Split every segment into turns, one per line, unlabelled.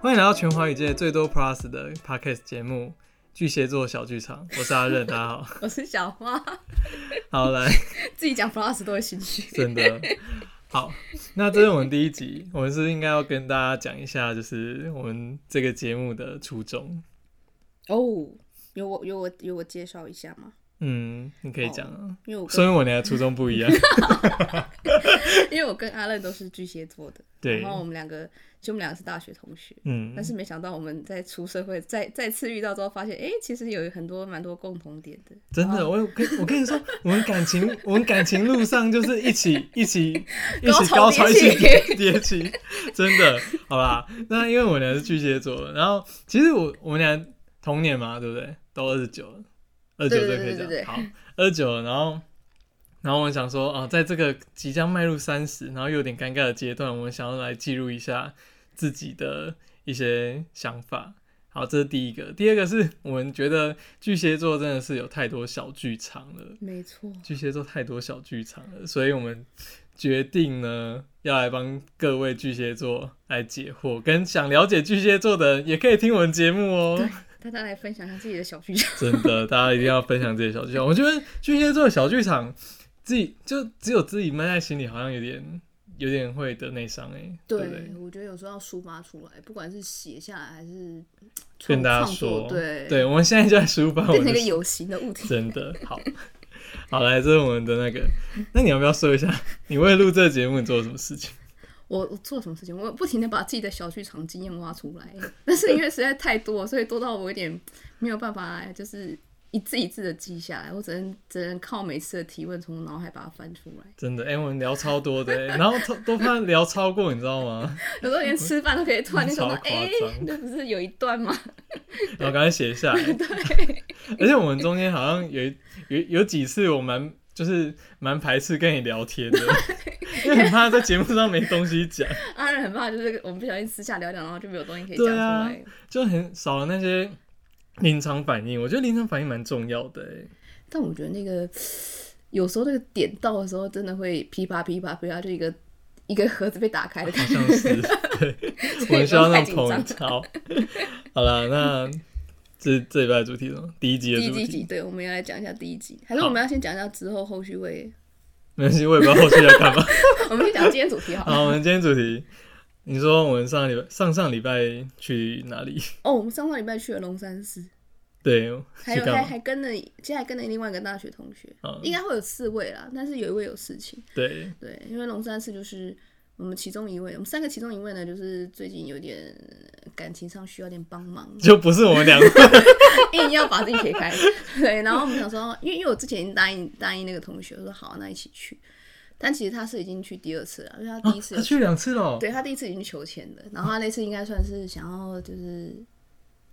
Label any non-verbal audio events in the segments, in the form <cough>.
欢迎来到全华语界最多 Plus 的 Podcast 节目《巨蟹座小剧场》，我是阿任，大家好，
我是小花，
好来，
自己讲 plus 都会心虚。
真的好，那这是我们第一集，我们是不是应该要跟大家讲一下，就是我们这个节目的初衷。
哦，有我有我有我介绍一下吗？
嗯，你可以讲啊，
因为我
说
跟
明我俩的初衷不一样。
因为我跟阿乐都是巨蟹座的，
对
然，后我们两个就我们两个是大学同学，
嗯
但，是没想到我们在出社会再再次遇到之后，发现哎、诶其实有很多蛮多共同点的。
真的，我跟我跟你说， <laughs> 我们感情，我们感情路上就是一起 <laughs> 一起一起
高
高
潮
潮，一
迭
起 <laughs>
起
跌跌起，真的，好吧？那因为我们俩是巨蟹座，然后其实我我们俩同年嘛，对不对？都二十九了，二九
对
这
对
可以
对对
讲，
对
好，二九了，然后。然后我们想说，哦，在这个即将迈入三十，然后又有点尴尬的阶段，我们想要来记录一下自己的一些想法。好，这是第一个。第二个是我们觉得巨蟹座真的是有太多小剧场了，
没错，
巨蟹座太多小剧场了，所以我们决定呢要来帮各位巨蟹座来解惑，跟想了解巨蟹座的人也可以听我们节目哦。
大家来分享一下自己的小剧场。
真的，大家一定要分享这些小剧场。我觉得巨蟹座的小剧场，自己就只有自己闷在心里，好像有点有点会得内伤哎，对不对？
我觉得有时候要抒发出来，不管是写下来还是
跟大家说，
对
对，我们现在就在抒发我们
变成一
的
个有形的物体。
真的好，好来，这是我们的那个。 <laughs> 那你要不要说一下，你为了录这个节目你做了什么事情？
我我做什么事情，我不停的把自己的小剧场经验挖出来，但是因为实在太多，所以多到我有点没有办法，就是一字一字的记下来，我只能只能靠每次的提问从我脑海把它翻出来，
真的，哎、我们聊超多的、哎，然后超都怕聊超过，你知道吗？
有时候连吃饭都可以突然间想到，
超夸
哎、
张
那不是有一段吗？ <laughs>
然后赶快写下来。 <laughs> 而且我们中间好像有一有有几次我蛮就是蛮排斥跟你聊天
<laughs>
的，因为很怕在节目上没东西讲，
阿仁很怕就是我们不小心私下聊聊，然后就没有东西可以讲出来
对。啊就很少了那些临场反应。我觉得临场反应蛮重要的、哎。
但我觉得那个有时候那个点到的时候，真的会噼啪噼啪噼啪，就一个一个盒子被打开的感
好
觉。
像
<laughs>
是，对，我们需要那种
所以不要
捧
太紧
场。 <laughs> 好啦，那这这礼拜的主题是什么？第一集的
第一
主
集集，
题，
对，我们要来讲一下第一集，还是我们要先讲一下之后后续会？ <laughs>
没关系，我也不知道后续要干嘛。 <laughs>
我们先讲今天主题好了。
好，我们今天主题，你说我们上个礼拜、上上礼拜去哪里？
哦，我们上上礼拜去了龙山寺，
对，
还
去
有还
干嘛？
还跟了，现在还跟了另外一个大学同学，
嗯
应该会有四位啦，但是有一位有事情。
对，
对，因为龙山寺就是我们其中一位，我们三个其中一位呢，就是最近有点感情上需要点帮忙， <laughs>
<laughs> 就不是我们两个。
硬要把自己撇开。 <laughs> 对，然后我们想说，因为因为我之前已经答应答应那个同学，我说好，那一起去。但其实他是已经去第二次了，因为他第一次有
他 <laughs> 去两次了，
对他第一次已经求签了，然后他那次应该算是想要就是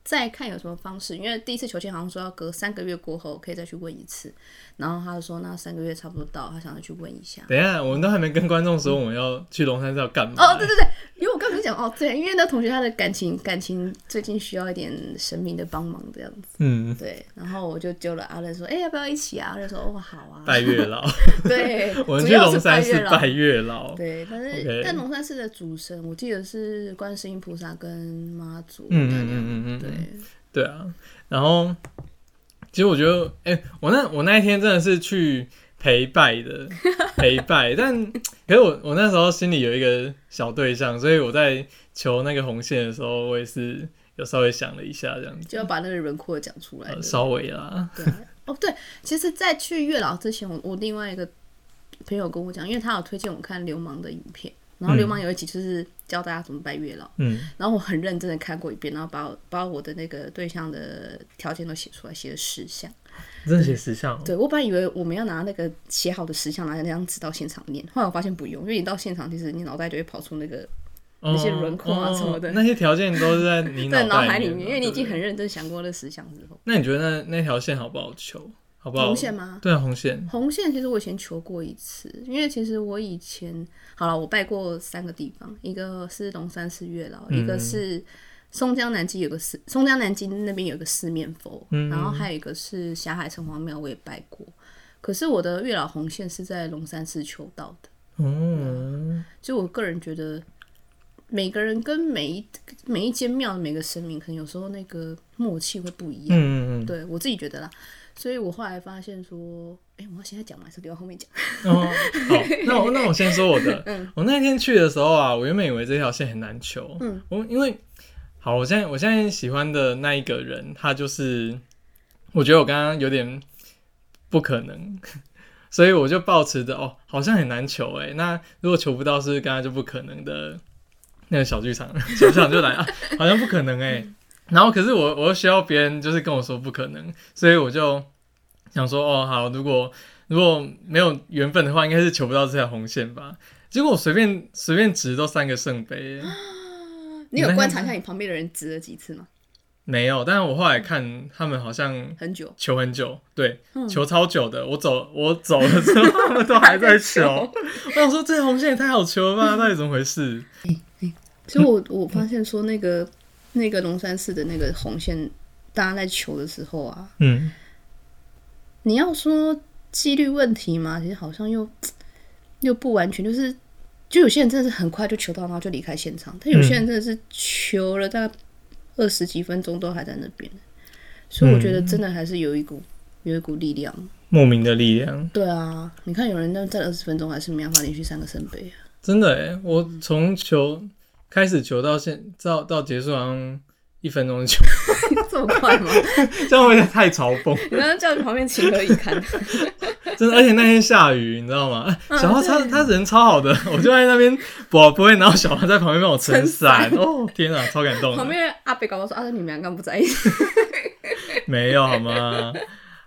再看有什么方式，因为第一次求签好像说要隔三个月过后可以再去问一次，然后他就说那三个月差不多到，他想要去问一下。
等一下，我们都还没跟观众说我们要去龙山寺要干嘛、
哦，对对对，因为我刚才讲哦，对，因为那同学他的感情感情最近需要一点神明的帮忙这样子，
嗯，
对，然后我就揪了阿乐说，哎、要不要一起啊？阿乐说，哦，好啊，
拜月
<laughs>
老，
对，
我们
主
去
要是
龙山
月
寺
老
拜月老。
对，但是
OK
但龙山寺的主神，我记得是观世音菩萨跟妈祖。
嗯
大
嗯嗯
家
嗯嗯，
对，
对啊，然后其实我觉得，哎、我那我那一天真的是去陪拜 <laughs> 的陪拜，但可是我我那时候心里有一个小对象，所以我在求那个红线的时候，我也是有稍微想了一下这样子，
就要把那个轮廓讲出来
呃
的。
稍微啦，
对，哦对，其实，在去月老之前，我我另外一个朋友跟我讲，因为他有推荐我看流氓的影片，然后流氓有一集就是教大家怎么拜月老，
嗯，
然后我很认真的看过一遍，然后把我把我的那个对象的条件都写出来，写了十项。
真的写十项哦，
对我本来以为我们要拿那个写好的十项拿那张纸到现场念，后来我发现不用，因为你到现场，其实你脑袋就会跑出那个那些轮廓啊
哦
什么的
那些条件都是在你
<laughs> 在脑海
海
里面，
面嘛，
因为你已
对
经
不
很
对
认真想过那十项之后。
那你觉得那那条线好不好求？好不好？
红线吗
对啊，红线，
红线其实我以前求过一次，因为其实我以前好了，我拜过三个地方，一个是龙山寺月老，
嗯
一个是松江南京有个寺，松江南京那边有个四面佛，
嗯
然后还有一个是霞海城隍庙，我也拜过。可是我的
哦
月老红线是在龙山寺求到的，
嗯，
就我个人觉得每个人跟每一每一间庙的每个神明，可能有时候那个默契会不一样。
嗯嗯
对我自己觉得啦，所以我后来发现说，哎、我要现在讲吗？还是留到后面讲？
嗯，哦，好，那我那我先说我的，我那天去的时候啊，我原本以为这条线很难求，
嗯，
我因为好，我现在我现在喜欢的那一个人，他就是我觉得我刚刚有点不可能， <laughs> 所以我就抱持着哦，好像很难求哎，那如果求不到，是不是刚刚就不可能的那个小剧场，小剧场就来啊，好像不可能哎， <laughs> 然后可是我我又需要别人就是跟我说不可能，所以我就想说哦好，如果如果没有缘分的话，应该是求不到这条红线吧。结果我随便随便指都三个圣杯耶，
你有观察一下你旁边的人指了几次吗？
没有。但是我后来看他们好像
很久，
求很久，对，
嗯
求超久的。我走我走了之后，他们都还在
还
求。 <laughs> 我想说这条红线也太好求了吧，到底怎么回事？
所以我我发现说那个那个龙山寺的那个红线，大家在求的时候啊，
嗯，
你要说几率问题嘛，其实好像又又不完全，就是就有些人真的是很快就求到，然后就离开现场，但有些人真的是求了大概二十几分钟都还在那边，所以我觉得真的还是有一股、有一股力量。
莫名的力量，
对啊，你看有人那站二十分钟还是没办法连续三个圣杯啊，
真的哎，我从求开始求到现到到结束好像一分钟就，
<laughs> 这么快吗？
<laughs> 这样会不会太嘲讽？
<laughs> 你刚刚叫旁边情何以
<laughs>
堪？
真的，而且那天下雨，你知道吗？哎小花他他人超好的，我就在那边不不会，然后小花在旁边帮我撑伞。哦，天啊，超感动
旁
的。
边的阿北搞不好说：“阿、啊、你们两个不在一起。
没有好吗？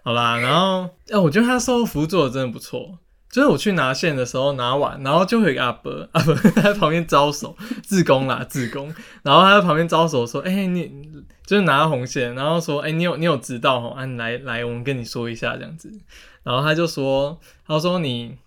好啦，然后哎、我觉得他售后服务做的真的不错。就是我去拿线的时候拿碗，然后就会有一个阿伯，阿伯 <laughs> 他在旁边招手， <laughs> 自工啦，自工，然后他在旁边招手说：“哎、你就是拿到红线，然后说：哎、你有你有知道哦，啊，你来来，我们跟你说一下这样子。”然后他就说：“他说你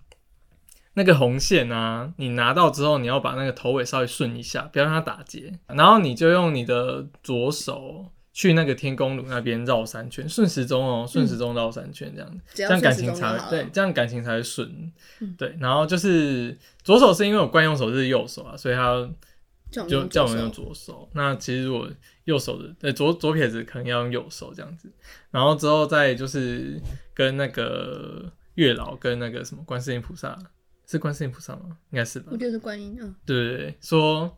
那个红线啊，你拿到之后，你要把那个头尾稍微顺一下，不要让它打结。然后你就用你的左手去那个天宫炉那边绕三圈，顺时钟哦，顺时钟绕三圈这样，
嗯只
这
要
样感
顺时
情
钟
才
就
会
好
对
了，嗯
这样感情才会顺。对，然后就是左手是因为我惯用手是右手啊，所以他
<laughs> 叫我们
就
用
叫
左
我们用
手
左手。那其实我右手的，呃，左左撇子可能要用右手这样子。然后之后再就是跟那个月老跟那个什么观世音菩萨，是观世音菩萨吗？应该是吧
我。觉得是观音，嗯，
对对对，说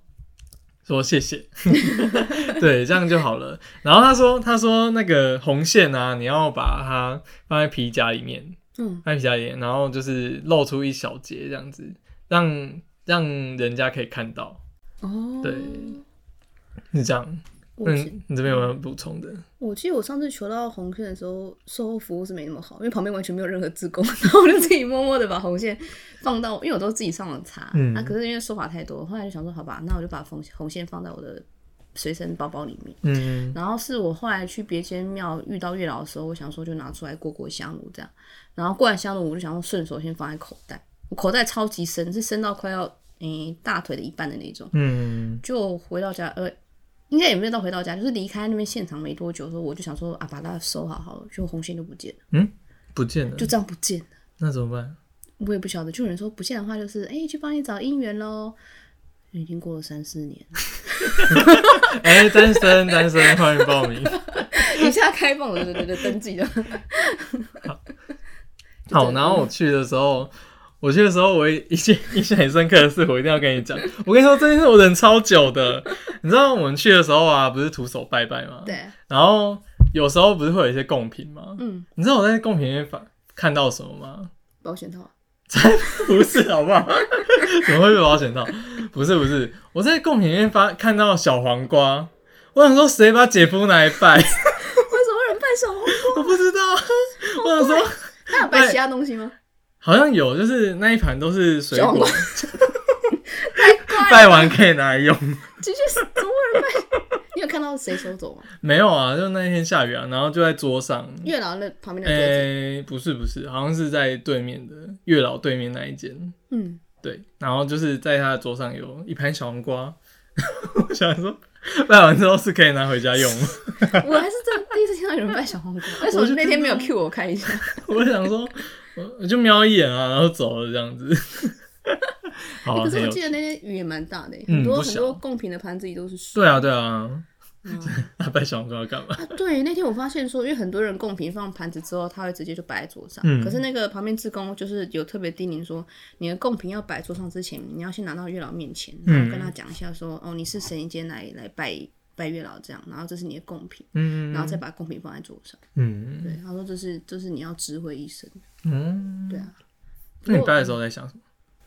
说谢谢， <laughs> 对，这样就好了。然后他说他说那个红线啊，你要把它放在皮夹里面，
嗯，
放在皮夹里面，然后就是露出一小节这样子，让让人家可以看到。
哦，
对是这样，
我记
嗯，你这边有没有补充的？
我记得我上次求到红线的时候，售后服务是没那么好，因为旁边完全没有任何自工， <laughs> 然后我就自己默默的把红线放到，因为我都自己上网查，
嗯
啊，可是因为说法太多，后来就想说，好吧，那我就把红红线放在我的随身包包里面。
嗯
然后是我后来去别间庙遇到月老的时候，我想说就拿出来过过香炉这样，然后过完香炉，我就想说顺手先放在口袋，我口袋超级深，是深到快要诶、大腿的一半的那种。
嗯
就回到家，呃，应该也没有到回到家，就是离开那边现场没多久的时候，我就想说啊，把它收好好了，就红线就不见了，
嗯，不见了
就，这样不见了。
那怎么办？ <laughs>
我也不晓得，就有人说不见的话，就是哎、去帮你找姻缘喽。已经过了三四年，
哎、单身单身，欢迎报名。
<laughs> 一下开放了，对对对，登记了。
好，然后我去的时候，我去的时候，我一件印象很深刻的事，我一定要跟你讲。我跟你说，这件事我忍超久的。你知道我们去的时候啊，不是徒手拜拜吗？。
<laughs> 对，啊
然后有时候不是会有一些贡品吗？
嗯，
你知道我在贡品里面发看到什么吗？
保 <laughs> 险套，
<laughs> 不是，好不好？怎么会被保险套？不是不是，我在贡品里面发看到小黄瓜，我想说谁把姐夫拿来拜， <laughs>
为什么有人拜小红？
我不知道，我想说
他有
哎
拜其他东西吗？
好像有，就是那一盘都是水
小黄
果
瓜，
<laughs> 拜完可以拿来用。
继续，怎么有人拜？你有看到谁收走吗？
没有啊，就那一天下雨啊，然后就在桌上，
月老那旁边的桌子，
诶、不是不是，好像是在对面的月老对面那一间。
嗯，
对，然后就是在他的桌上有一盘小黄瓜， <laughs> 我想说拜完之后是可以拿回家用。
我还是真的第一次听到有人拜小
<laughs>
黄瓜，为什么那天没有 Q 我看一下？
我想说，我我就瞄一眼啊，然后走了这样子。 <laughs> 好、
<laughs>
啊，
哎可是
很
我
有
记得那些雨也蛮大的欸，
嗯
很多
不
很
小
多贡品的盘子里都是水。
对啊，对啊， <laughs>
嗯
那白小说要干嘛？
啊，对，那天我发现说，因为很多人贡品放盘子之后，他会直接就摆在桌上。
嗯
可是那个旁边志工就是有特别叮咛说，你的贡品要摆桌上之前，你要先拿到月老面前，
嗯
然后跟他讲一下说，哦，你是神间来来拜拜月老这样，然后这是你的贡品，
嗯
然后再把贡品放在桌上。
嗯
对，他说这是这是你要知会一生。
嗯，
对啊，
那你拜的时候在想什么？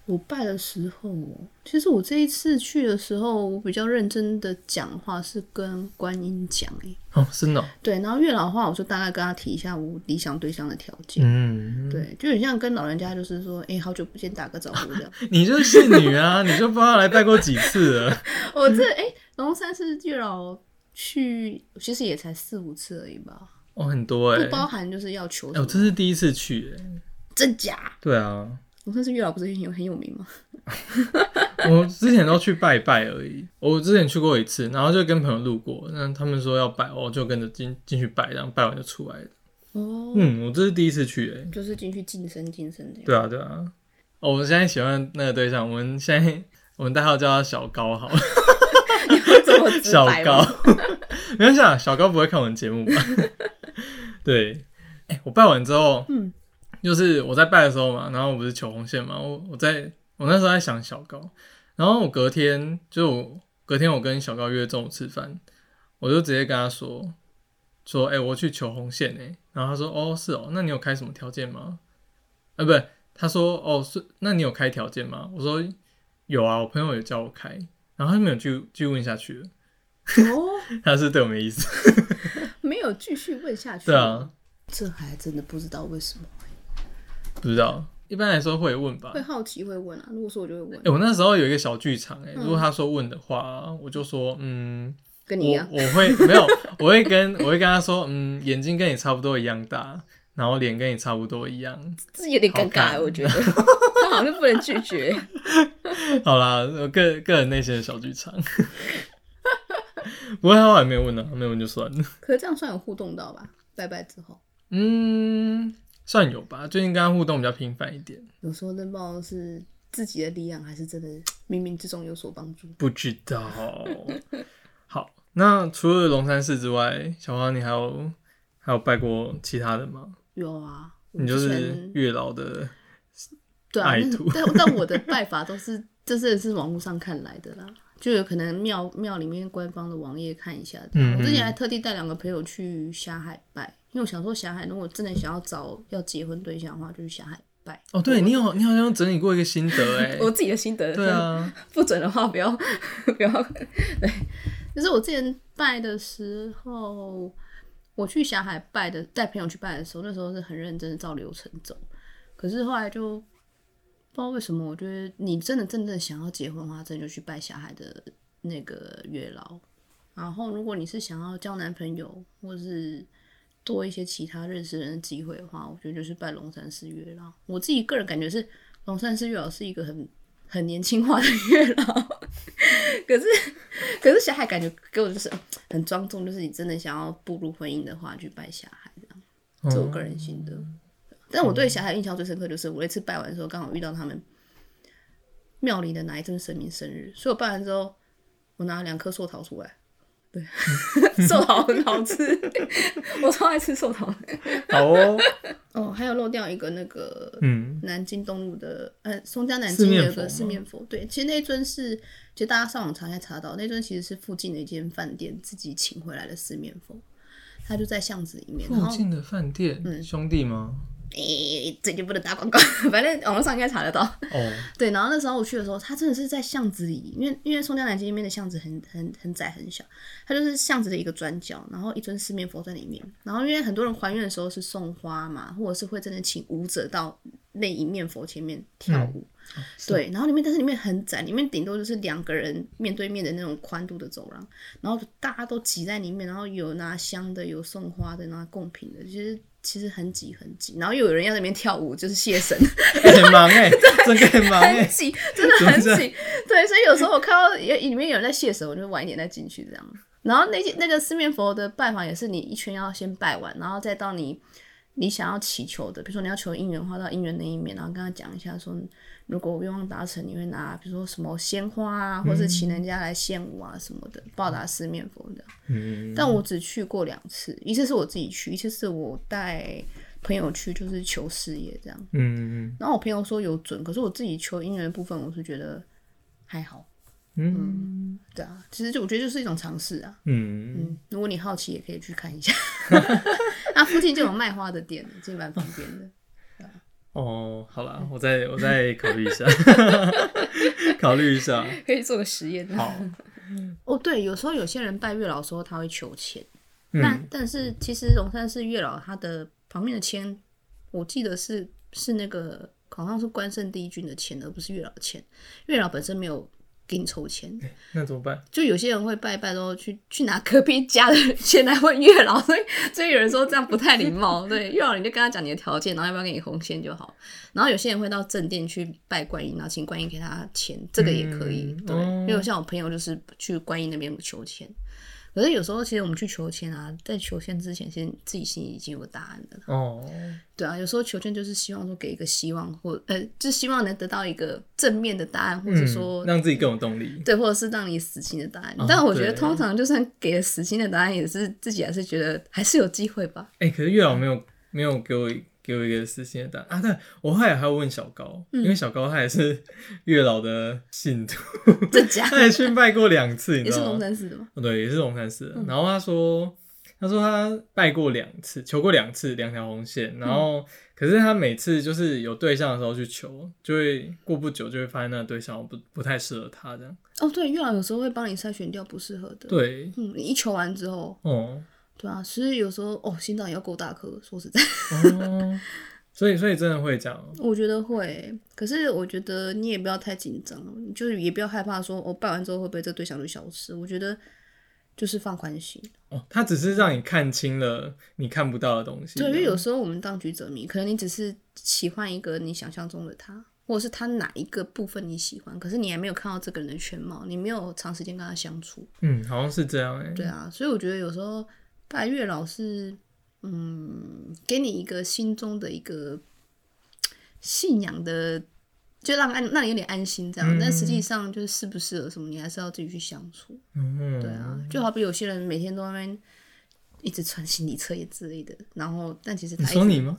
我拜的时候哦，其实我这一次去的时候，我比较认真的讲话是跟观音讲诶、
哦，是呢，
对，然后月老的话，我就大概跟他提一下我理想对象的条件。
嗯，
对，就很像跟老人家就是说，哎、好久不见，打个招呼
<laughs>
这样。
你就是妓女啊， <laughs> 你就不知道来拜过几次了。
我这哎，龙、山寺月老去，其实也才四五次而已吧，
哦，很多哎、
不
欸，
包含就是要求
哎
什
我
么，
这是第一次去、欸，
真假？
对啊，
龙山寺月老不是很有很有名吗？
<laughs> 我之前都去拜拜而已，我之前去过一次，然后就跟朋友路过，那他们说要拜，我就跟着进进去拜，然后拜完就出来了。
哦，
嗯，我这是第一次去、欸，
就是进去晋升晋升这
<laughs>
样。
对啊，对啊。哦，我现在喜欢那个对象，我们现在我们代号叫他小高好了，
这么直
小
白
高 <laughs>
吗？，
没关系啊，小高不会看我们节目
<laughs>
吧？对，哎、我拜完之后，
嗯，
就是我在拜的时候嘛，然后我不是求红线嘛，我我在我那时候在想小高，然后我隔天就我隔天我跟小高约中午吃饭，我就直接跟他说说，哎、我去求红线哎、然后他说哦是哦，那你有开什么条件吗？啊，不是，他说哦是，那你有开条件吗？我说有啊，我朋友有叫我开，然后他就没有继续继续问下去了，
哦，
<laughs> 他是对我没意思，
没有继续问下去。
对啊，，
这还真的不知道为什么
不知道，一般来说会问吧
会，好奇会问啊。如果说我就会问
哎、，我那时候有一个小剧场、欸，如果他说问的话，我就说，嗯，
跟你一啊
我
样。
我会没有， <laughs> 我会跟我会跟他说，嗯，眼睛跟你差不多一样大，然后脸跟你差不多一样。 <laughs>
这有点
好
尴尬，
看 <laughs>
我觉得他好像不能拒绝。
好啦，我个个人内心的小剧场。 <laughs> 不过他后来没有问呢、啊没有问就算了。
可是这样算有互动到吧？拜拜之后，
嗯，算有吧。最近跟他互动比较频繁一点，
有时候真不知道是自己的力量，还是真的冥冥之中有所帮助。
不知道。好，那除了龙山寺之外，小花你还有还有拜过其他的吗？
有啊，我
你就
之前
是月老的，
对啊，
爱
但是
徒
但但我的拜法都是，这真的是网络上看来的啦，就有可能庙庙里面官方的网页看一下的。
嗯
我之前还特地带两个朋友去霞海拜，因为我想说霞海如果真的想要找要结婚对象的话，就去霞海拜。，
哦，对你有你好像整理过一个心得哎
<laughs> 我自己的心得，
对啊，
<laughs> 不准的话不要不要。 <laughs> 对，就是我之前拜的时候，我去霞海拜的，带朋友去拜的时候，那时候是很认真的照流程走。可是后来就不知道为什么，我觉得你真的真正想要结婚的话，真的就去拜霞海的那个月老。然后，如果你是想要交男朋友，或是多一些其他认识人的机会的话，我觉得就是拜龙山寺月老。我自己个人感觉是龙山寺月老是一个很很年轻化的月老， <laughs> 可是可是霞海感觉给我就是很庄重，就是你真的想要步入婚姻的话，去拜霞海这样，这是我个人心得。但我对霞海印象最深刻就是我那次拜完的时候，刚好遇到他们庙里的哪一尊神明生日，所以我拜完之后，我拿了两颗寿桃出来。 <laughs> 对，寿桃很好吃， <laughs> 我超爱吃寿桃。
好
<laughs>
哦，
哦，还有漏掉一个那个
嗯，
南京东路的，呃，松江南
四
京
面
有
佛
个四
吗
面佛，对，其实那尊是，其实大家上网查应该查到，那尊其实是附近的一间饭店自己请回来的四面佛，它就在巷子里面，然
附
后嗯
近的饭店、兄弟吗？
诶、这就不能打广告， <laughs> 反正网络上应该查得到。
哦，
对，然后那时候我去的时候，它真的是在巷子里，因为因为松江南京那边的巷子很很很窄很小，它就是巷子的一个转角，然后一尊四面佛在里面。然后因为很多人还愿的时候是送花嘛，或者是会真的请舞者到那一面佛前面跳舞。对，然后里面但是里面很窄，里面顶多就是两个人面对面的那种宽度的走廊，然后大家都挤在里面，然后有拿香的，有送花的，拿贡品的，其实其实很挤很挤，然后又有人要在里面跳舞，就是谢神。
很忙
<laughs>
哎、整个很忙哎、
很挤，真的很挤。对，所以有时候我看到也里面有人在谢神，我就晚一点再进去这样。然后那些那个四面佛的拜法也是你一圈要先拜完，然后再到你你想要祈求的，比如说你要求姻缘，花到姻缘那一面，然后跟他讲一下说如果愿望达成，你会拿比如说什么鲜花啊，或是请人家来献舞啊什么的，报答四面佛的。
嗯，
但我只去过两次，一次是我自己去，一次是我带朋友去，就是求事业这样。
嗯
然后我朋友说有准，可是我自己求姻缘的部分，我是觉得还好。
嗯
对啊，其实就我觉得就是一种尝试啊。
嗯，
嗯，如果你好奇，也可以去看一下。 <laughs> 啊，附近就有卖花的店，这蛮方便的。
哦，好啦，我再我再考虑一
<laughs>
下，考虑一下。
<laughs> 可以做个实验。
好，
<laughs> 哦，对，有时候有些人拜月老的时候，他会求签。那
嗯
但是其实龙山寺月老他的旁边的签，我记得是是那个好像是关圣帝君的签，而不是月老的签。月老本身没有给你抽签，
那怎么办？
就有些人会拜一拜，然后去去拿隔壁家的钱来问月老，所以所以有人说这样不太
<laughs>
礼貌。对，月老你就跟他讲你的条件，然后要不要给你红线就好。然后有些人会到正殿去拜观音，然后请观音给他钱，这个也可以。
嗯
对，
哦
因为我像我朋友就是去观音那边求签。可是有时候，其实我们去求签啊，在求签之前，先自己心里已经有个答案了。
哦，
对啊，有时候求签就是希望说给一个希望，或呃，就希望能得到一个正面的答案，或者说
嗯让自己更有动力。
对，或者是让你死心的答案。
哦
但我觉得
对
通常就算给了死心的答案，也是自己还是觉得还是有机会
<laughs>
吧。
哎、可是月老没有没有给我给我一个私信的答案啊！对，我后来还有问小高，因为
嗯
小高他也是 <laughs> 月老的信
<laughs>
徒，
真假
他也去拜过两次，你
也
知
是
道
龙
吗？
山嗯寺的吗？
哦对，也是龙山寺的。然后他说，他说他拜过两次，求过两次两条红线，然后、
嗯
可是他每次就是有对象的时候去求，就会过不久就会发现那个对象不不太适合他这样。
哦，对，月老有时候会帮你筛选掉不适合的。，
对，
嗯，你一求完之后，
哦
对啊，所以有时候哦，心脏也要够大颗。说实在， <laughs>
哦，所以所以真的会这样哦。
我觉得会。可是我觉得你也不要太紧张，就是也不要害怕说哦，拜完之后会不会这对象就消失？我觉得就是放宽心。
哦，他只是让你看清了你看不到的东西。
对，因为
这样
有时候我们当局者迷，可能你只是喜欢一个你想象中的他，或者是他哪一个部分你喜欢，可是你还没有看到这个人的全貌，你没有长时间跟他相处。
嗯，好像是这样哎、欸。
对啊，所以我觉得有时候拜月老是，嗯，给你一个心中的一个信仰的，就让安让你有点安心这样。但实际上就是适不适合什么，你还是要自己去相处。
嗯，
对啊，就好比有些人每天都在那边一直穿心理测验之类的，然后但其实他
你
一直
说你吗？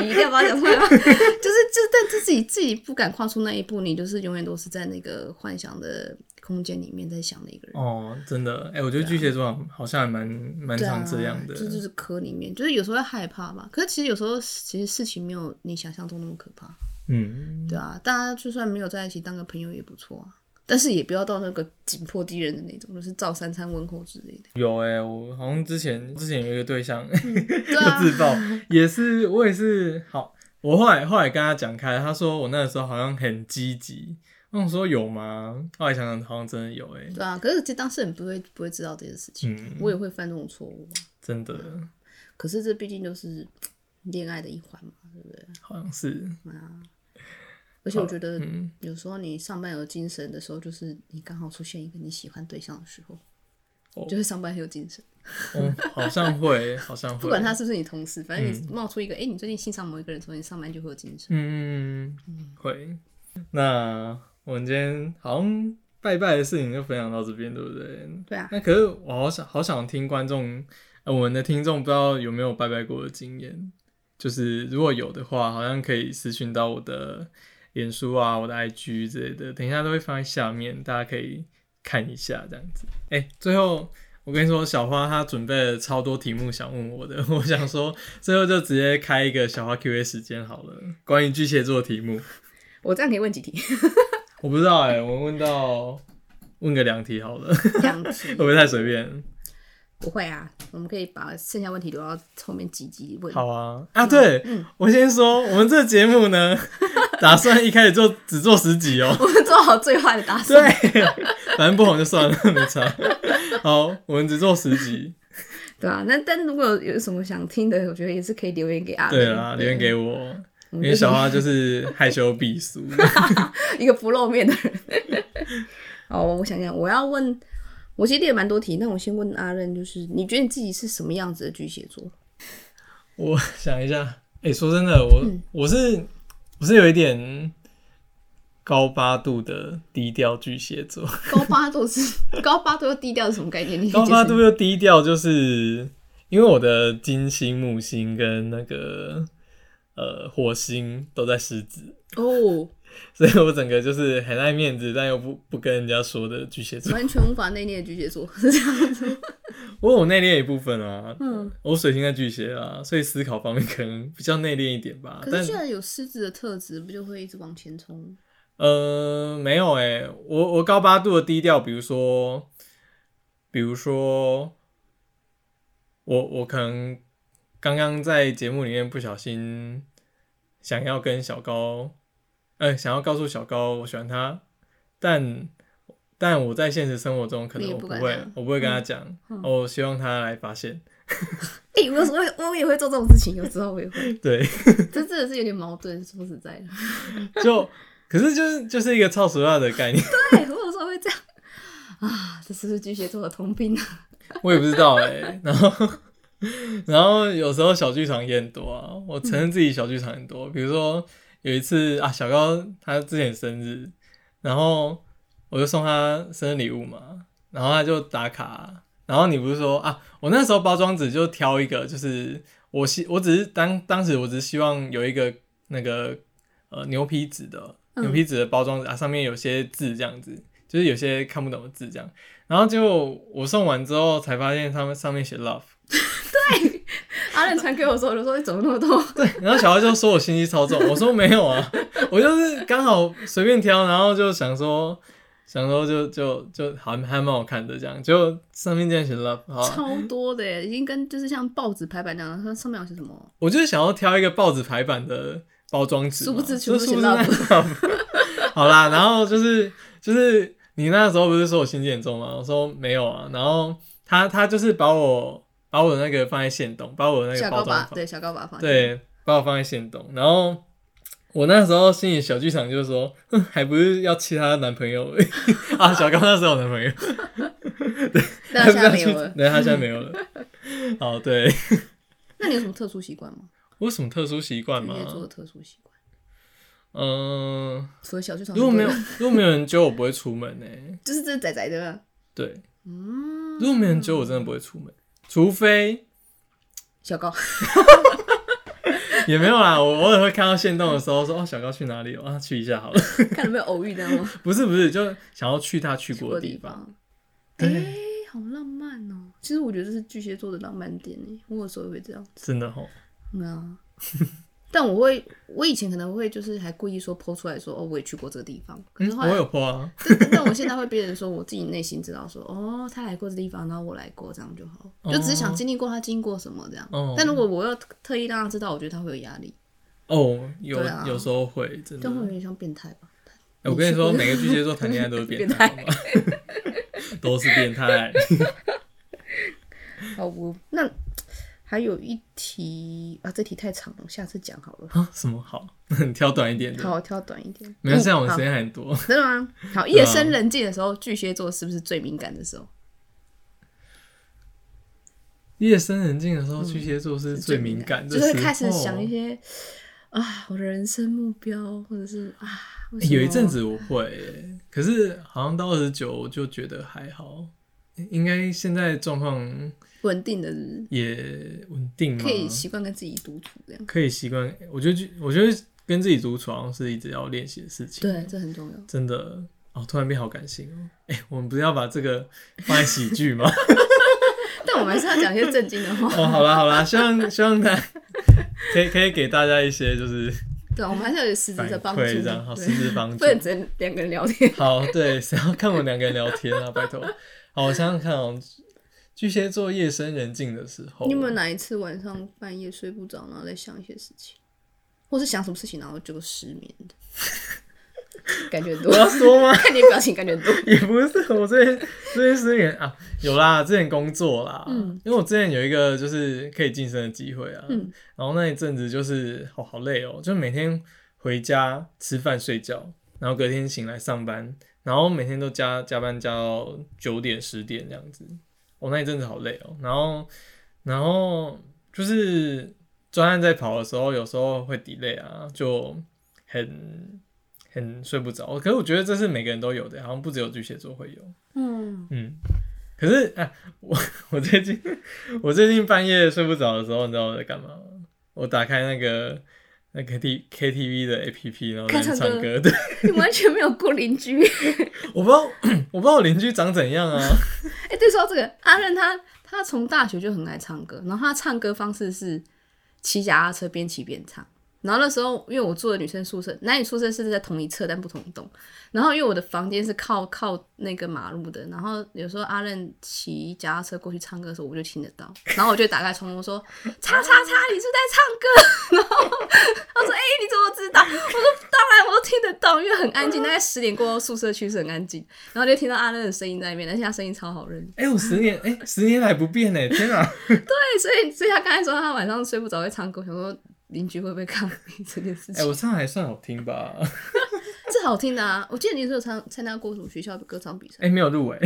你一定要把它讲出来吗？ <laughs> 就是就是，但自己自己不敢跨出那一步，你就是永远都是在那个幻想的空间里面在想的一个人。啊
哦，真的，哎、我觉得巨蟹座好像还蛮蛮
对啊
常这样的。
就就是壳里面，就是有时候会害怕吧。可是其实有时候，其实事情没有你想象中那么可怕，
嗯，
对啊。大家就算没有在一起，当个朋友也不错啊。但是也不要到那个紧迫敌人的那种，就是照三餐问候之类的。
有哎、我好像之前之前有一个对象 <laughs>
对
又
啊，
自爆，也是我也是好，我后来后来跟他讲开，他说我那个时候好像很积极，我想说有吗？后来想想好像真的有哎、
对啊。可是其实当事人不会不会知道这件事情，
嗯，
我也会犯这种错误啊。
真的
可是这毕竟就是恋爱的一环嘛，对不对？
好像是，
而且我觉得
嗯，
有时候你上班有精神的时候，就是你刚好出现一个你喜欢对象的时候，
哦
你就会上班很有精神。
哦，好像会，好像会，
不管他是不是你同事，反正你冒出一个，哎、你最近欣赏某一个人的时候，你上班就会有精神。
嗯，会。那我们今天好像拜拜的事情就分享到这边，对不对？
对啊，
那可是我好想好想听观众，呃，我们的听众不知道有没有拜拜过的经验，就是如果有的话，好像可以私讯到我的脸书啊、我的 IG 之类的，等一下都会放在下面，大家可以看一下这样子。哎、最后。我跟你说，小花她准备了超多题目想问我的，我想说最后就直接开一个小花 Q&A 时间好了，关于巨蟹座的题目。
我这样可以问几题？
我不知道哎、我问到问个两题好了， <laughs> 会
两题？
不会太随便？
不会啊，我们可以把剩下问题留到后面几集问。
好啊啊！对，
嗯
我先说，我们这节目呢，打算一开始就只做十集哦。
我们做好最坏的打算。
对，反正不红就算了，没差。好，我们只做十集。
对啊，那但如果有有什么想听的，我觉得也是可以留言给阿
对
啊，
啦，留言给我，
我
因
们
为
就是
小花就是害羞避
<laughs>
俗。
一个不露面的人。 <laughs> 哦，我想想，我要问，我其实列了蛮多题，那我先问阿任，就是你觉得你自己是什么样子的巨蟹座？嗯
我想一下，哎、说真的，我我是我是有一点高八度的低调巨蟹座，
<laughs> 高八度是高八度又低调是什么概念？你
高八度
解释
又低调，就是因为我的金星、木星跟那个呃火星都在狮子， <laughs>
哦，
所以我整个就是很爱面子，但又不不跟人家说的巨蟹座。
完全无法内敛的巨蟹座是这样子。
我有内敛一部分啊，
嗯，
我水星在巨蟹啊，所以思考方面可能比较内敛一点吧。
<laughs> 可
但
是既然有狮子的特质，不就会一直往前 <laughs> 冲？
呃，没有诶、我我高八度的低调，比如说，比如说，我我可能刚刚在节目里面不小心想要跟小高，呃，想要告诉小高我喜欢他，但但我在现实生活中可
你
能
也
我
不
不
敢啊嗯
会
讲，
我不会跟他讲，哦我希望他来发现，
哎、我我我也会做这种事情，有时候我也会，
对。
<laughs> 这真的是有点矛盾。说实在的，
就可是就是就是一个超俗辣的概念，
<laughs> 对，我有时候会这样 <laughs> 啊，这是不是巨蟹座的通病啊？
我也不知道哎、然后然后有时候小剧场也很多啊，我承认自己小剧场很多。比如说有一次啊，小高他之前生日，然后我就送他生日礼物嘛，然后他就打卡。然后你不是说啊，我那时候包装纸就挑一个，就是我希我只是当当时我只是希望有一个那个呃牛皮纸的
嗯
牛皮纸的包装纸啊，上面有些字这样子，就是有些看不懂的字这样。然后结果我送完之后才发现上面上面写 love，
阿任传给我的时候，我就说你怎么那么多？
对，然后小孩就说我心机超
<laughs>
重，我说没有啊，我就是刚好随便挑，然后就想说想说就就就还还蛮好看的这样，就上面竟然写 love，好
<laughs>
啊、
超多的耶，已经跟就是像报纸排版那样，它上面有些什么？
我就是想要挑一个报纸排版的包装纸嘛，
殊不知
就
全部
是
写
殊不知那 <laughs> 好啦，然后就是就是你那时候不是说我心机很重吗？我说没有啊，然后他他就是把我把我的那个放在线洞，把我的那个
小
包
高
装
把
放
对小高把放
对，把我放在线洞。然后我那时候心里小剧场就是说，哼，还不是要气她男朋友而已 <laughs> 啊？小高那时候有男 <laughs> 朋友，
但
还
他
不
现
是要 <laughs> 去
在没有了，。
对，他现在没有了。
<laughs>
哦，对，
那你有什么特殊习惯吗？
我有什么特殊习惯
巨
吗？
蟹座的特殊习惯，
嗯、
除了小剧场，
如果没
<laughs>
有，如果没有人揪我，不会出门呢、
就是这仔仔的，
对，
嗯，
如果没有人揪我，真的不会出门，除非
小高， <laughs>
也没有啦。我偶尔会看到线动的时候说，哦，小高去哪里哦？啊，去一下好了。
看有没有偶遇的吗？
不是不是，就想要去 <laughs> 他去
去
过的
地
地方。，
哎、
对
好浪漫哦、其实我觉得这是巨蟹座的浪漫点哎，我有时候也会这样。
真的吼，
嗯啊， <laughs> 但我会，我以前可能会就是还故意说剖出来说，哦，我也去过这个地方。可是
嗯，
后
我
来，
有破啊。
但 <laughs> 但我现在会变成说，我自己内心知道说，哦，他来过这地方，然后我来过，这样就好。就只是想经历过他经历过什么这样。
哦
但如果我要特意让他知道，我觉得他会有压力，
哦，有、
对啊
有时候会真的
但。会有点像变态吧。
哎我跟你说，
你去过
每个巨蟹座谈恋爱嗯都是变态，
变态
好吧都是变态。
<laughs> 好无。那还有一题啊，这题太长了，我下次讲好了。
啊什么好？那你挑短一点的。
好，我挑短一点。
没关系啊，
嗯
我们啊
好
时间还很多。
真的
<laughs>
吗？好，夜深人静的时候，巨蟹座是不是最敏感的时候？
夜深人静的时候，巨蟹座是最敏感的
就
时候，
是会开始想一些啊，我的人生目标，或者是啊，为
欸
什么
有一阵子我会欸，可是好像到二十九，我就觉得还好。欸应该现在状况
稳定的日
也稳定
子，
吗？
可以习惯跟自己独处这样。
可以习惯。我觉得巨，我觉得跟自己独处好像是一直要练习的事情。
对，这很重要。
真的哦，突然变好感性哦。哎、我们不是要把这个放在喜剧吗？ <laughs>
但我们还是要讲一些正经的 <laughs> 话，
哦，好啦好啦，希望希望他可以可以给大家一些就是
对，我们还是要有实质
反
的帮助。
馈，这样好，实
对，
质帮助
不。能只能两个人聊天。
好，对，谁要看我两个人聊天啊？ <laughs> 拜托。好，我想想看哦，巨蟹座夜深人静的时候，
你有没有哪一次晚上半夜睡不着，然后在想一些事情，或是想什么事情，然后就失眠 <laughs> 的？感觉很多 <laughs>
我，要说吗？
看你的表情，感觉很多。
<laughs> 也不是，我最近最近失眠啊，有啦，之前工作啦，
嗯
因为我之前有一个就是可以晋升的机会啊，
嗯
然后那一阵子就是好好累哦，就每天回家吃饭睡觉，然后隔天醒来上班，然后每天都加加班加到九点十点这样子，我、那一阵子好累哦，然后然后就是专案在跑的时候，有时候会 delay 啊，就很。很睡不着。可是我觉得这是每个人都有的，好像不只有巨蟹座会有。
嗯，
嗯，可是啊，我我最近我最近半夜睡不着的时候，你知道我在干嘛吗？我打开那个那 K T K T V 的 A P P，然后在
开
那边
唱
唱
歌
歌。对，
你完全没有顾邻居。
我不知道我不知道我邻居长怎样啊。
哎、对，说到这个，阿任他他从大学就很爱唱歌，然后他唱歌方式是骑脚踏车边骑边唱。然后那时候，因为我住的女生宿舍，男女宿舍是在同一侧但不同栋。然后因为我的房间是靠靠那个马路的，然后有时候阿任骑脚踏车过去唱歌的时候，我就听得到。然后我就打开窗户说：“叉叉叉，你是不是在唱歌？”然后他说：“哎、你怎么知道？”我说：“当然，我都听得到，因为很安静，大概十点过后宿舍区是很安静。”然后就听到阿任的声音在那边，但是他声音超好认。
哎、我十年哎、十年来不变哎、天啊！
对，所以所以他刚才说他晚上睡不着会唱歌，我想说邻居会不会抗议这件事
哎、
情？
我唱得还算好听吧？
是好听的啊！我记得你是有参参加过什么学校的歌唱比赛，
哎、没有入围。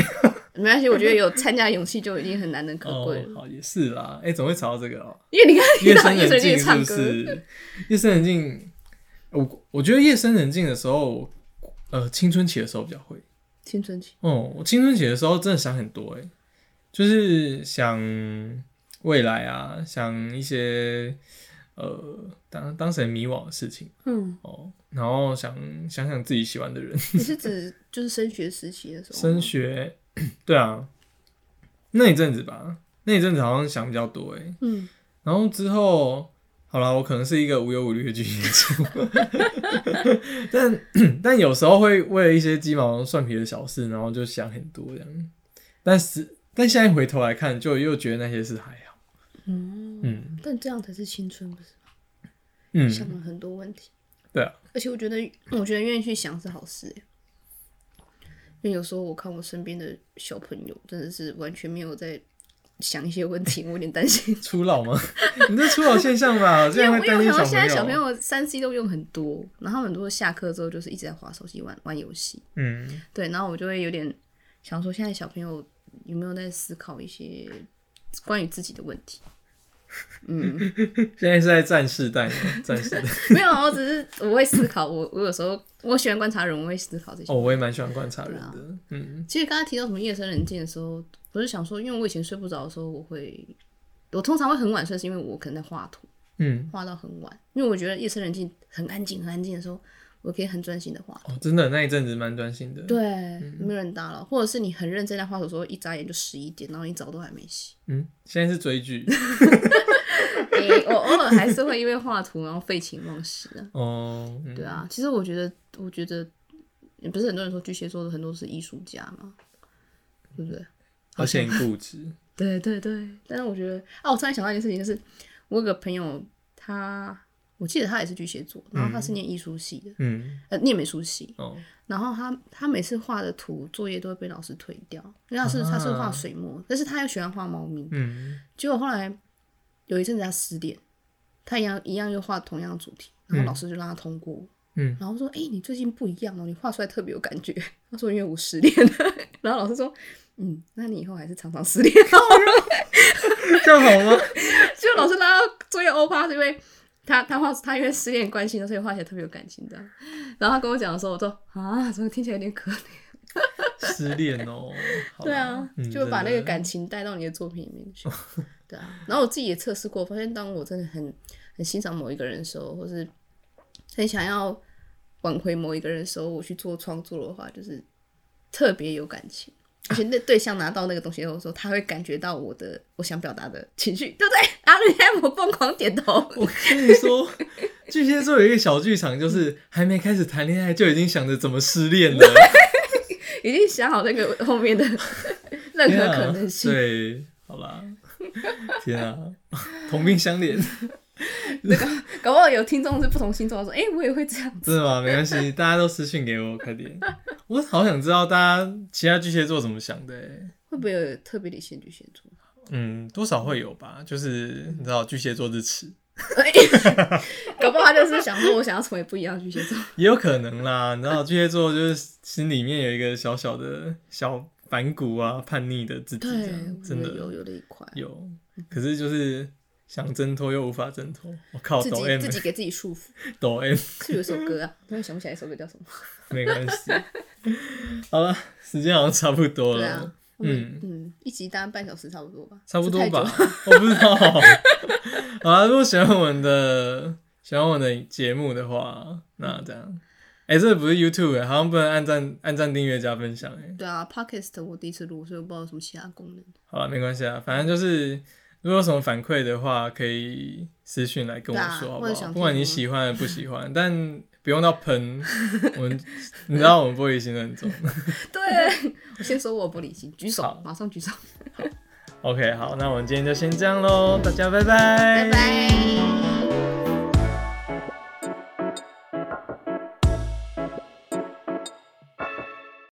没关系，我觉得有参加的勇气就已经很难能可
哦
贵了。，
好也是啦。哎、怎么会吵到这个哦、
因为你刚
<laughs>
才
夜
听到
深
叶
人
水
静
去
是
唱
不
歌，
是？夜深人静，我我觉得夜深人静的时候，呃，青春期的时候比较会。
青春期
哦，我青春期的时候真的想很多哎，就是想未来啊，想一些呃当当时很迷惘的事情
嗯，
哦，然后想想想自己喜欢的人，
你是指就是升学时期的时候吗？
升学， <clears throat> 对啊，那一阵子吧，那一阵子好像想比较多哎，
嗯，
然后之后，好了，我可能是一个无忧无虑的巨蟹座， <laughs> 但 <coughs> 但有时候会为了一些鸡毛蒜皮的小事，然后就想很多这样。但是但现在回头来看，就又觉得那些事还好。
嗯，
嗯
但这样才是青春，不是？想
嗯，
了很多问题。
对啊，
而且我觉得，我觉得愿意去想是好事欸，因为有时候我看我身边的小朋友，真的是完全没有在想一些问题，我有点担心。
初老吗？ <laughs> 你这初老现象
<laughs>
吧，我
因
竟
为
然
我
会
因
担
为
心
我想到现在小
小
朋
朋友。
友三 C 都用很多，然后很多下课之后就是一直在划手机玩玩游戏，
嗯，
对，然后我就会有点想说，现在小朋友有没有在思考一些关于自己的问题？ <laughs> 嗯。
现在是在战士代吗，战士代。
没有，啊我只是我会思考，我我有时候我喜欢观察人，我会思考这些。
哦，我也蛮喜欢观察人
<laughs> 啊
的。嗯
其实刚才提到什么夜深人静的时候，我是想说，因为我以前睡不着的时候，我会我通常会很晚睡，是因为我可能在画图，
嗯，
画到很晚，因为我觉得夜深人静很安静，很安静的时候，我可以很专心的画。
哦，真的那一阵子蛮专心的。
对，没有人打扰，或者是你很认真在画图的时候，一眨眼就十一点，然后你澡都还没洗。
嗯，现在是追剧。
诶我 <laughs> 偶尔还是会因为画图然后废寝忘食的。
哦，嗯
对啊，其实我觉得，我觉得也不是很多人说巨蟹座的很多是艺术家嘛，对不对？
而且很固执。
对对对，但是我觉得啊，我突然想到一件事情，就是我有个朋友，他我记得他也是巨蟹座，然后他是念艺术系的，
嗯，
呃，念美术系，
哦，
然后他他每次画的图作业都会被老师退掉，因为他是、他是画水墨，但是他又喜欢画猫咪，
嗯，
结果后来有一阵子他失恋，他一样一样又画同样的主题，然后老师就让他通过。
嗯
然后说：“哎、你最近不一样哦，你画出来特别有感觉。”他说：“因为我失恋了。”然后老师说：“嗯，那你以后还是常常失恋。”哦然后我 <laughs> 说
这样好吗？
就老师拉到作业欧巴，是因为他他画他因为失恋关系，所以画起来特别有感情这样。然后他跟我讲的时候，我说啊，怎么听起来有点可怜？
<laughs> 失恋哦，好吧
对啊，
嗯
就把那个
真的
感情带到你的作品里面去。对啊，然后我自己也测试过，发现当我真的很很欣赏某一个人的时候，或是很想要挽回某一个人的时候，我去做创作的话，就是特别有感情。而且那对象拿到那个东西的时候，他会感觉到我的我想表达的情绪，对不对？然后你看我疯狂点头，
我跟你说，巨蟹座有一个小剧场，就是还没开始谈恋爱就已经想着怎么失恋了，
<laughs> 已经想好那个
<laughs>
后面的任
天
何
啊
可能性。
对，好啦，天啊，同病相怜，
搞不好有听众是不同星座的，说：“哎、我也会这样。
真的吗？没关系，大家都私信给我，快点。我好想知道大家其他巨蟹座怎么想的欸、”
<laughs> 会不会有特别的限巨蟹
<laughs>
座？
嗯，多少会有吧，就是你知道巨蟹座之耻，
搞不好他就是想说，我想要成为不一样的巨蟹
<laughs>
座。
也有可能啦， <laughs> 你知道巨蟹座就是心里面有一个小小的小反骨啊、叛逆的自己，这样
我觉
真
得有嗯
的
有这一块。
有。可是就是想挣脱又无法挣脱。我靠，
自
抖
己
M，
自己给自己束缚。
<laughs> 抖 M，
是有一首歌
<laughs>
啊，突然想不起来一首歌叫什么。
没关系。好了，时间好像差不多
对
了。
啊，
嗯，
嗯，一集大概半小时差不多吧，
差不多
是太
吧
久了。，
<laughs> 我不知道。好啦，如果喜欢我们的喜欢我们的节目的话，那这样，哎、这不是 YouTube，、欸、好像不能按赞、按赞、订阅加分享、欸，哎，
对啊，Podcast 我第一次录，所以我不知道有什么其他功
<laughs>
能。
好了，没关系啊，反正就是如果有什么反馈的话，可以私讯来跟我
对
说，
啊
好不
或者
好？
想听
不管你喜欢不喜欢，但不用到喷，我们你知道我们玻璃心很重。
对， <laughs> 我先说我不理性，举手
好，
马上举手，
OK，好，那我们今天就先这样喽，大家拜
拜拜。